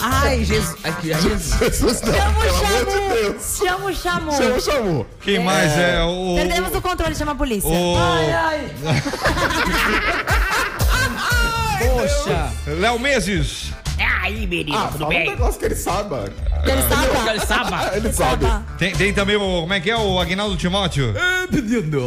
S7: Ai, Jesus. Aqui, ai, Jesus.
S6: Jesus, não.
S4: Chama
S6: Pelo
S4: o
S6: amor de
S4: Chamu.
S6: Deus.
S4: Chama o Chamu.
S6: Chama o Chamu.
S5: Quem mais é o...
S4: Perdemos o controle, chama a polícia.
S5: O- Ai,
S4: ai.
S7: Poxa.
S5: Léo Meses.
S19: É aí, menino,
S6: Ah,
S19: tudo
S6: fala um
S19: bem?
S6: negócio que ele saiba.
S19: ele saiba.
S6: Ah,
S19: Ele saiba.
S6: Ele sabe.
S5: Tem, tem também o... Como é que é o Agnaldo Timóteo?
S6: Menino.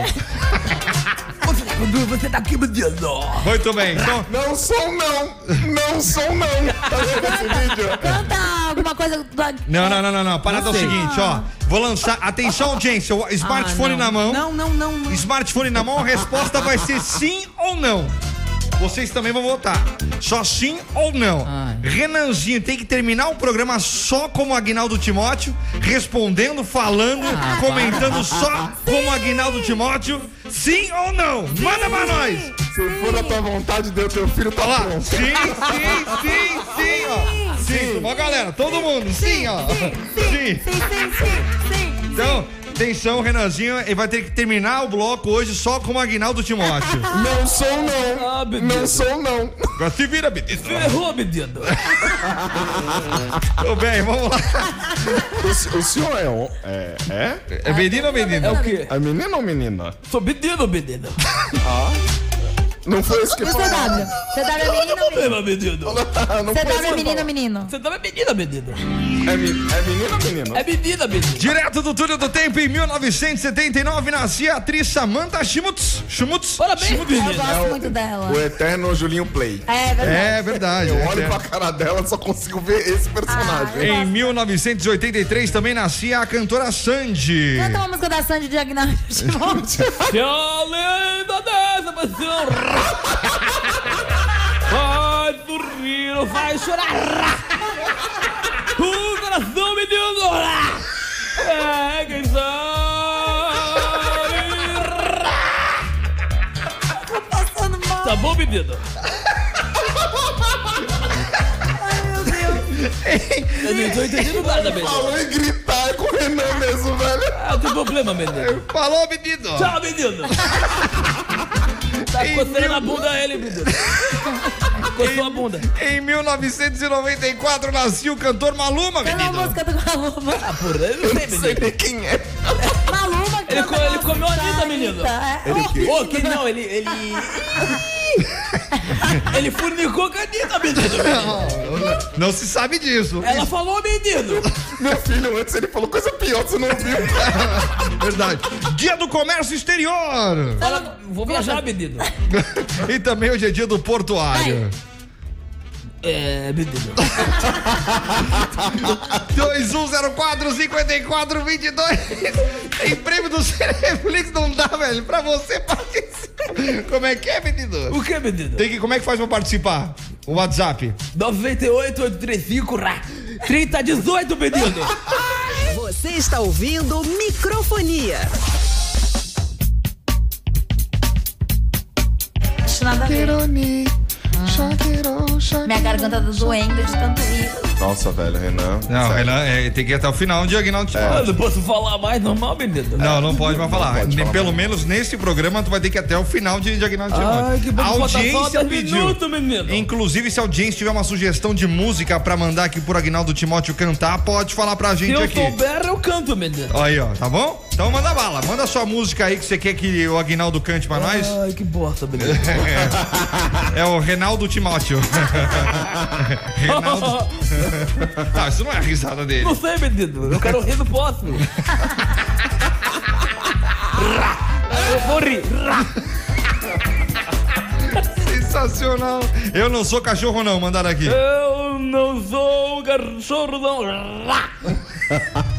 S19: Você tá aqui, menino.
S5: Muito bem, então...
S6: Não sou um não. Não sou não. Tá vendo esse vídeo?
S4: Canta alguma coisa do...
S5: Não, não, não, não, não. A Parada é o
S4: Não sei.
S5: seguinte, ó. Vou lançar. Atenção, audiência. o Smartphone
S19: Ah, não.
S5: na mão.
S19: Não, não, não, não.
S5: Smartphone na mão, a resposta vai ser sim ou não. Vocês também vão votar. Só sim ou não. Renanzinho tem que terminar o programa só como Agnaldo Timóteo, respondendo, falando, comentando só como Agnaldo Timóteo. Sim ou não? Manda pra nós!
S6: Se for da tua vontade, Deus, teu filho tá lá.
S5: Sim, sim, sim, sim, ó. Sim, ó, galera, todo mundo, sim, ó. Sim,
S4: sim, sim, sim,
S5: Então, atenção, Renanzinho, ele vai ter que terminar o bloco hoje só com o Agnaldo Timóteo.
S6: Não sou um não.
S19: Ah,
S6: não sou um não.
S5: Agora se vira, menino.
S7: Ferrou, menino.
S5: Tudo bem, vamos lá.
S6: O, se- o senhor é um. É? É,
S5: é menino ou menina?
S6: É o quê? É menino ou menina?
S7: Sou menino, menino.
S6: Ah. Não foi isso que
S4: E o CW? CW é menino ou menino?
S7: menino.
S19: tá-
S6: não
S4: CW é
S6: foi
S4: menino ou menino?
S7: CW é menino, menino.
S6: É, me- é menino ou menino?
S7: É menina, menino.
S5: Direto do Túlio do Tempo, em 1979, nascia a atriz Samantha Schmutz. Schmutz?
S7: Parabéns,
S3: é?
S4: Eu gosto muito dela.
S6: É O eterno Julinho Play.
S4: É
S5: É
S4: verdade.
S5: verdade.
S6: Eu
S5: é
S6: olho
S5: verdade.
S6: pra cara dela só consigo ver
S19: Ah,
S6: esse personagem.
S5: Em 1983 também nascia a cantora Sandy.
S4: Canta uma música da Sandy Diagnóstico de volta.
S7: Tchau, linda É dessa paixão. Vai dormir, não vai chorar. O coração me deu dor. É quem sabe. Tá bom, menino? Eu não tô entendendo nada, menino.
S6: Falou em gritar é com o Renan mesmo, velho.
S7: Ah, tem problema, menino.
S5: Falou, menino.
S7: Tchau, menino. Tá coçando a bunda ele, menino. Coçou a bunda.
S5: Em 1994 nascia o cantor Maluma,
S4: Canta uma
S5: menino.
S4: música do Maluma.
S7: Por aí não tem, menino.
S6: quem é.
S4: Maluma
S3: Ele, co- ele comeu a Anitta, menino.
S4: Ele o quê?
S3: Ô, que não, ele. Ele, ele furnicou com a Anitta, menino.
S5: Não se sabe disso.
S3: Ela falou, menino.
S5: Meu filho, antes ele falou coisa pior, você não ouviu. Verdade. Dia do Comércio Exterior.
S3: Fala, vou viajar, menino.
S5: e também hoje é dia do portuário.
S3: É, menino.
S5: 2104-5422. Tem prêmio do Cereflix, não dá, velho. Pra você participar. Como é que é, menino?
S3: O que, menino?
S5: Tem que, como é que faz pra participar? O WhatsApp.
S3: 98835 3018, menino.
S1: Você está ouvindo Microfonia.
S4: Acho nada a ver. Minha garganta tá doendo de tanto rir.
S6: Nossa, velho, Renan.
S5: Não, Renan, é, tem que ir até o final. Um diagnóstico.
S3: Eu não posso falar mais normal, menino.
S5: Não, não pode mais falar.
S3: É. pode
S5: Nem-
S3: falar
S5: Pelo menos nesse programa, tu vai ter que ir até o final de diagnóstico.
S3: Ai, que bom
S5: a
S3: que falta só
S5: audiência
S3: dez
S5: pediu.
S3: minutos, menino.
S5: Inclusive, se a audiência tiver uma sugestão de música pra mandar aqui pro Agnaldo Timóteo cantar, pode falar pra
S3: Se
S5: gente
S3: eu
S5: aqui.
S3: souber, eu canto, menino.
S5: Aí, ó, tá bom? Então manda bala. Manda sua música aí que você quer que o Agnaldo cante pra nós.
S3: Ai, que bosta, menino.
S5: É o Reinaldo Timóteo. Reinaldo. Não, isso não é a risada dele.
S3: Não sei, menino. Eu quero rir do próximo. Rá. Eu vou rir. Rá.
S5: Sensacional. Eu não sou cachorro, não, mandaram aqui.
S3: É. Eu não sou um cachorro, não. Rá.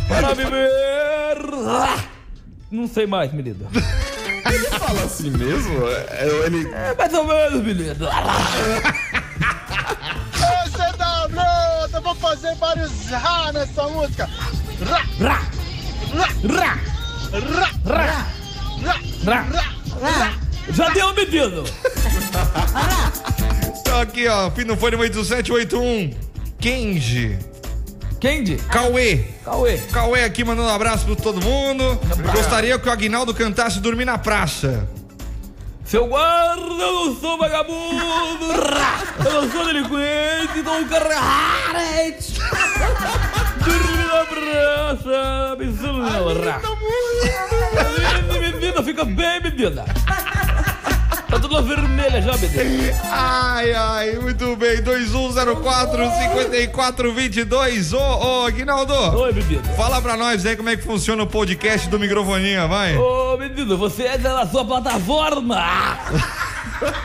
S3: Para viver. Rá. Não sei mais, menino.
S6: Ele fala assim mesmo? É, Ele.
S3: É mais ou menos, menino.
S18: Você tá pronto, eu vou fazer vários rá nessa música. Rá, rá, rá, rá, rá, rá, rá,
S3: Rá. Já deu, menino.
S5: Então aqui, ó, fim do fone 8781. Kenji.
S3: Kenji?
S5: Cauê.
S3: Cauê.
S5: Cauê aqui mandando um abraço pra todo mundo. Gostaria que o Agnaldo cantasse Dormir na Praça.
S3: Seu guarda, eu não sou vagabundo. Rá. Eu não sou delinquente, então não carrete. Dormi na praça, me zurra. Menina, menina, fica bem, menina. Tá toda vermelha já, menina.
S5: Ai, ai, muito bem. 2104-5422. Ô, ô, Aguinaldo. Oi,
S3: bebida.
S5: Fala pra nós aí como é que funciona o podcast do Microfoninha, vai.
S3: Ô, menino, você entra na sua plataforma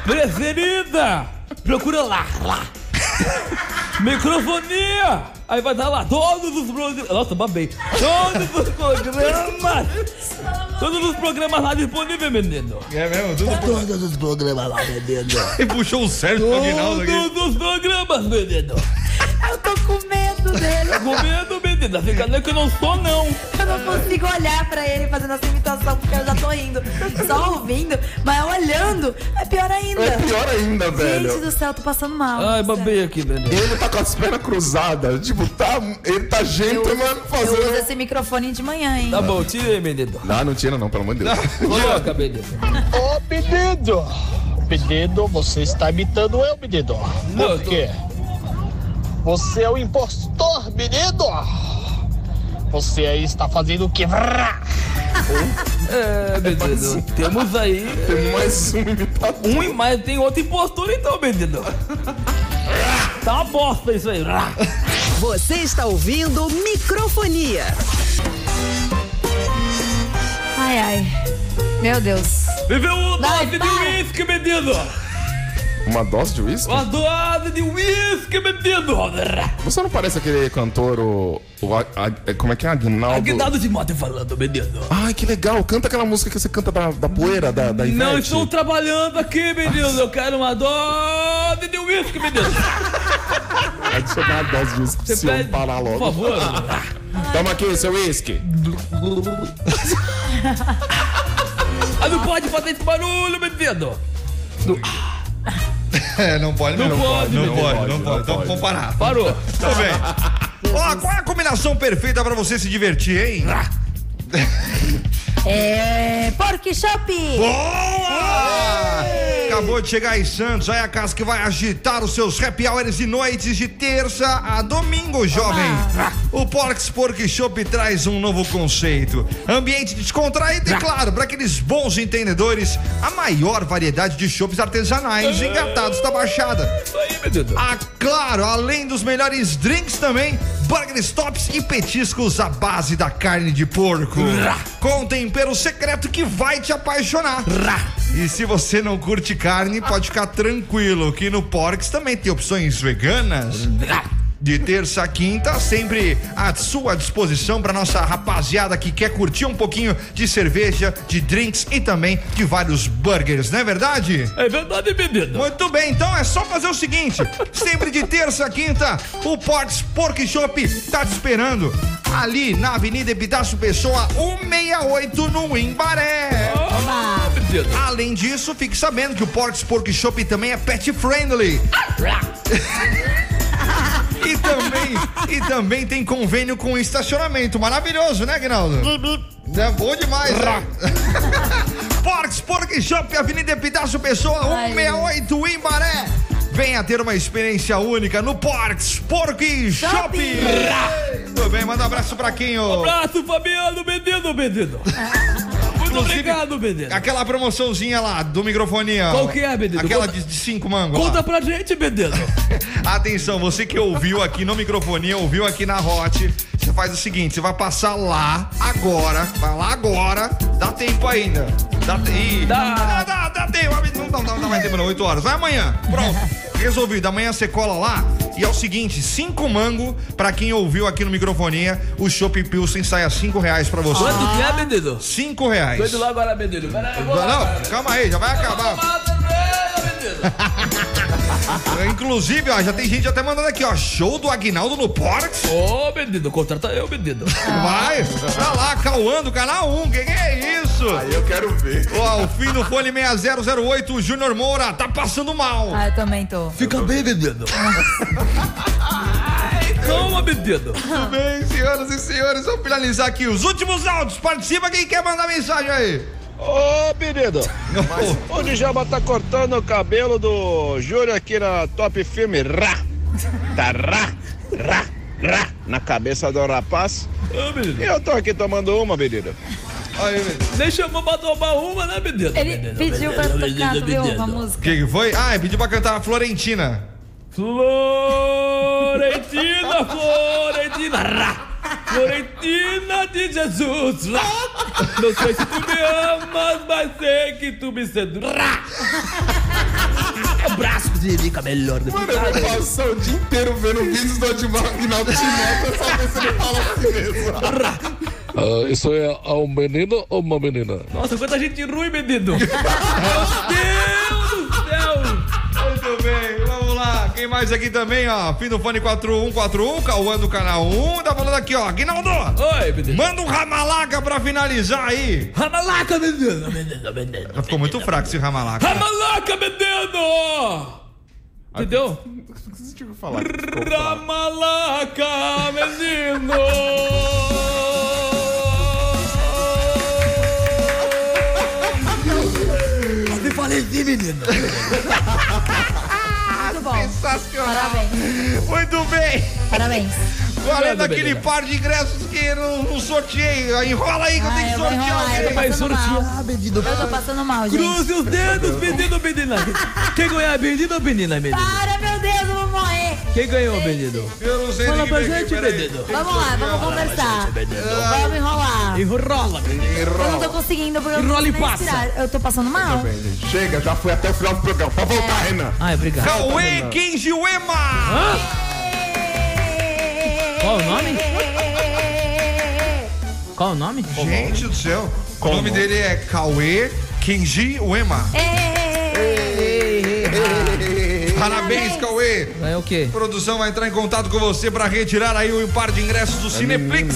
S3: preferida. Procura lá, lá. Microfonia. Aí vai dar lá todos os programas. Nossa, babei. Todos os programas. Todos os programas lá disponíveis, menino.
S5: É mesmo? Tudo
S3: todos os programas lá, menino.
S5: E puxou o Sérgio pro Aguinaldo aqui.
S3: Todos os programas, menino. Eu tô com medo dele. Tô com medo, menina. Fica nem que eu não sou, não.
S4: Eu não consigo olhar pra ele fazendo essa imitação, porque eu já tô rindo. Só ouvindo, mas olhando é pior ainda.
S6: É pior ainda,
S4: Gente
S6: velho.
S4: do céu, eu tô passando mal.
S3: Ai, babei aqui, velho.
S6: Ele tá com as pernas cruzadas. Tipo, tá. Ele tá
S4: Eu,
S6: gente, mano,
S4: eu uso
S6: fazendo.
S4: esse microfone de manhã, hein?
S3: Tá bom, tira aí, menino.
S6: Não, não tira, não, pelo amor de Deus.
S3: Coloca, menino.
S18: Ô, pedido. Pedido, você está imitando eu, pedido.
S3: Não,
S18: Por quê? Você é o impostor, menino. Você aí está fazendo o quê? Vrá.
S3: É, menino. Temos aí. Tem mais um imitador. Um, e- mas tem outro impostor então, menino. Tá uma bosta isso aí.
S1: Você está ouvindo Microfonia.
S4: Ai, ai. Meu Deus.
S3: Bebeu uma
S4: Vai,
S3: dose um de
S4: para.
S3: uísque, menino.
S6: Uma dose de uísque?
S3: Uma dose de uísque, menino.
S6: Você não parece aquele cantor, o. o A- A- como é que é? Agnaldo.
S3: Aguinaldo Tá de moto falando, menino.
S6: Ai, que legal. Canta aquela música que você canta da, da poeira, da, da Ivete.
S3: Não estou trabalhando aqui, menino. Eu quero uma dose de uísque, menino.
S6: Adicionar a dose de uísque
S3: Você
S6: se eu
S3: pede-
S6: parar logo.
S3: por favor.
S6: Toma aqui, seu uísque.
S3: Ah, não pode fazer esse barulho, menino.
S5: É, não pode,
S3: Não
S5: não,
S3: pode,
S5: não
S3: menino.
S5: pode, não pode. Então vamos parar.
S3: Parou.
S5: Tudo bem. Ó, qual é a combinação perfeita pra você se divertir, hein?
S4: É. Pork Shop!
S5: Boa! Acabou de chegar em Santos, aí a casa que vai agitar os seus happy hours e noites de terça a domingo, jovem. o Porks Pork Shop traz um novo conceito. Ambiente descontraído e, claro, para aqueles bons entendedores, a maior variedade de shoppes artesanais engatados da Baixada. Ah, claro, além dos melhores drinks também, burger stops e petiscos à base da carne de porco. Com um tempero secreto que vai te apaixonar. E se você não curte carne, pode ficar tranquilo que no Porks também tem opções veganas. De terça a quinta, sempre à sua disposição para nossa rapaziada que quer curtir um pouquinho de cerveja, de drinks e também de vários burgers, não é verdade?
S3: É verdade, menino.
S5: Muito bem, então é só fazer o seguinte: sempre de terça a quinta, o Ports Pork Shop tá te esperando ali na Avenida Epitácio Pessoa 168 no Imbaré. Além disso, fique sabendo que o Ports Pork Shop também é pet friendly. E também, e também tem convênio com estacionamento. Maravilhoso, né, Guinaldo? É bom demais, né? Porks Pork Shop, Avenida Epitácio Pessoa, 168 em Baré. Venha ter uma experiência única no Porks Pork Shop. Tudo bem, manda um abraço pra quem,
S3: Um
S5: ô.
S3: abraço, Fabiano, menino, menino. Muito obrigado, menino.
S5: Aquela promoçãozinha lá do microfonia.
S3: Qual que é, menino?
S5: Aquela
S3: Conta-
S5: de, de cinco mangos.
S3: Conta pra gente, menino.
S5: Atenção, você que ouviu aqui no microfonia, ouviu aqui na Hot, você faz o seguinte, você vai passar lá agora, vai lá agora, dá tempo ainda. Dá, te- Ih, dá, dá, dá tempo, mas não, não, não, não vai tempo não, 8 horas, vai amanhã, pronto. Resolvido, amanhã você cola lá e é o seguinte, cinco mango pra quem ouviu aqui no microfonia, o Chopp Pilsen sai a cinco reais pra você.
S3: Quanto que é, menino?
S5: Cinco reais.
S3: Tô indo lá agora, menino. Pera aí, eu vou
S5: Não,
S3: lá.
S5: não, calma aí, já vai acabar. Inclusive, ó, já tem gente até mandando aqui, ó, show do Agnaldo no Porx.
S3: Ô, menino, contrata eu, menino.
S5: Vai, tá lá, Cauã do Canal 1, que que é isso? Aí eu quero ver. Ó, o fim do fone 6008, o Júnior Moura, tá passando mal.
S4: Ah, eu também tô.
S3: Fica bem, menino. Calma, menino.
S5: Tudo bem, senhoras e senhores, vamos finalizar aqui os últimos áudios. Participa quem quer mandar mensagem aí.
S6: Ô, menino, o Djalma tá cortando o cabelo do Júlio aqui na Top Filme. Rá, tá rá, rá, rá, na cabeça do rapaz. E eu tô aqui tomando uma, menino.
S3: Deixa eu pra tomar uma, né, menino?
S4: Ele pediu pra tocar, tu viu? Uma
S5: O
S4: música.
S5: que, que foi? Ah, pediu pra cantar a Florentina.
S3: Florentina, Florentina, rá. Florentina de Jesus, rá. Não sei se tu me amas, mas sei que tu me seduz, rá. Abraço de mim, melhor do
S20: Mano, eu vou passar o dia inteiro vendo vídeos do Admar Aguinaldo Timóteo só ver se ele fala assim mesmo.
S21: isso é um menino ou uma menina?
S3: Nossa, quanta gente ruim, menino. Meu Deus do céu.
S5: Muito bem, vamos lá. Quem mais aqui também, ó? Fim do fone 4141, Cauã do canal 1. Tá falando aqui, ó. Guinaldo!
S3: Oi, menino.
S5: Manda um ramalaca pra finalizar aí.
S3: Ramalaca, menino, menino, menino.
S5: Ficou muito fraco esse ramalaca.
S3: Ramalaca, menino! Entendeu? Ramalaca, menino! Me falei de menino!
S4: Muito bom. Parabéns.
S5: Muito bem.
S4: Parabéns.
S5: Valendo aquele par de ingressos que eu não, não sorteei. Enrola aí que eu
S4: Ah,
S5: tenho que
S4: eu vou
S5: sortear.
S4: enrolar, eu
S5: alguém.
S4: tô passando mal. Eu tô passando mal, gente.
S3: Cruze os dedos, menino, menina! Quem ganhar, menino ou menina, menino?
S4: Para, meu Deus, eu vou morrer.
S3: Quem ganhou, menino?
S5: Eu não sei
S3: Fala
S5: de que
S3: pra
S5: vem aqui,
S3: gente,
S5: peraí.
S3: menino!
S4: Vamos lá, vamos conversar. Vamos enrolar.
S3: Enrola, menino!
S4: Eu não tô conseguindo porque eu não
S3: Enrola e
S4: consigo nem
S3: passa.
S4: respirar. Eu tô passando mal.
S20: Chega, já fui até o final do programa. Pode voltar, Renan.
S3: Ai, Ah, obrigado.
S5: Cauê Kenjiuema!
S3: Qual o nome? Qual o nome?
S5: Gente do céu. o nome dele é Cauê Kenjiuema. Parabéns, Cauê!
S3: É o quê?
S5: A produção vai entrar em contato com você para retirar aí o par de ingressos do Cineplex.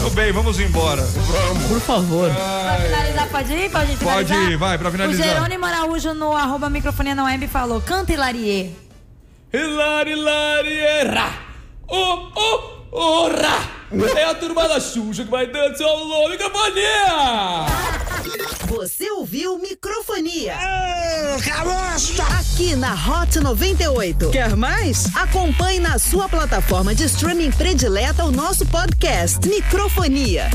S5: Meu bem, vamos embora. Vamos.
S3: Por favor.
S4: Pra finalizar, pode ir? Pode ir
S5: Pode
S4: finalizar?
S5: ir, vai, pra finalizar.
S4: O Jerônimo Araújo no arroba microfonia na web falou, canta Hilarie.
S3: Hilari, hilari, erra! Oh, oh, oh, ra! É a turma da Xuxa que vai dançar o Lome Companhia!
S1: Ah, Você ouviu microfonia. Carosta! Aqui na Hot 98. Quer mais? Acompanhe na sua plataforma de streaming predileta o nosso podcast Microfonia.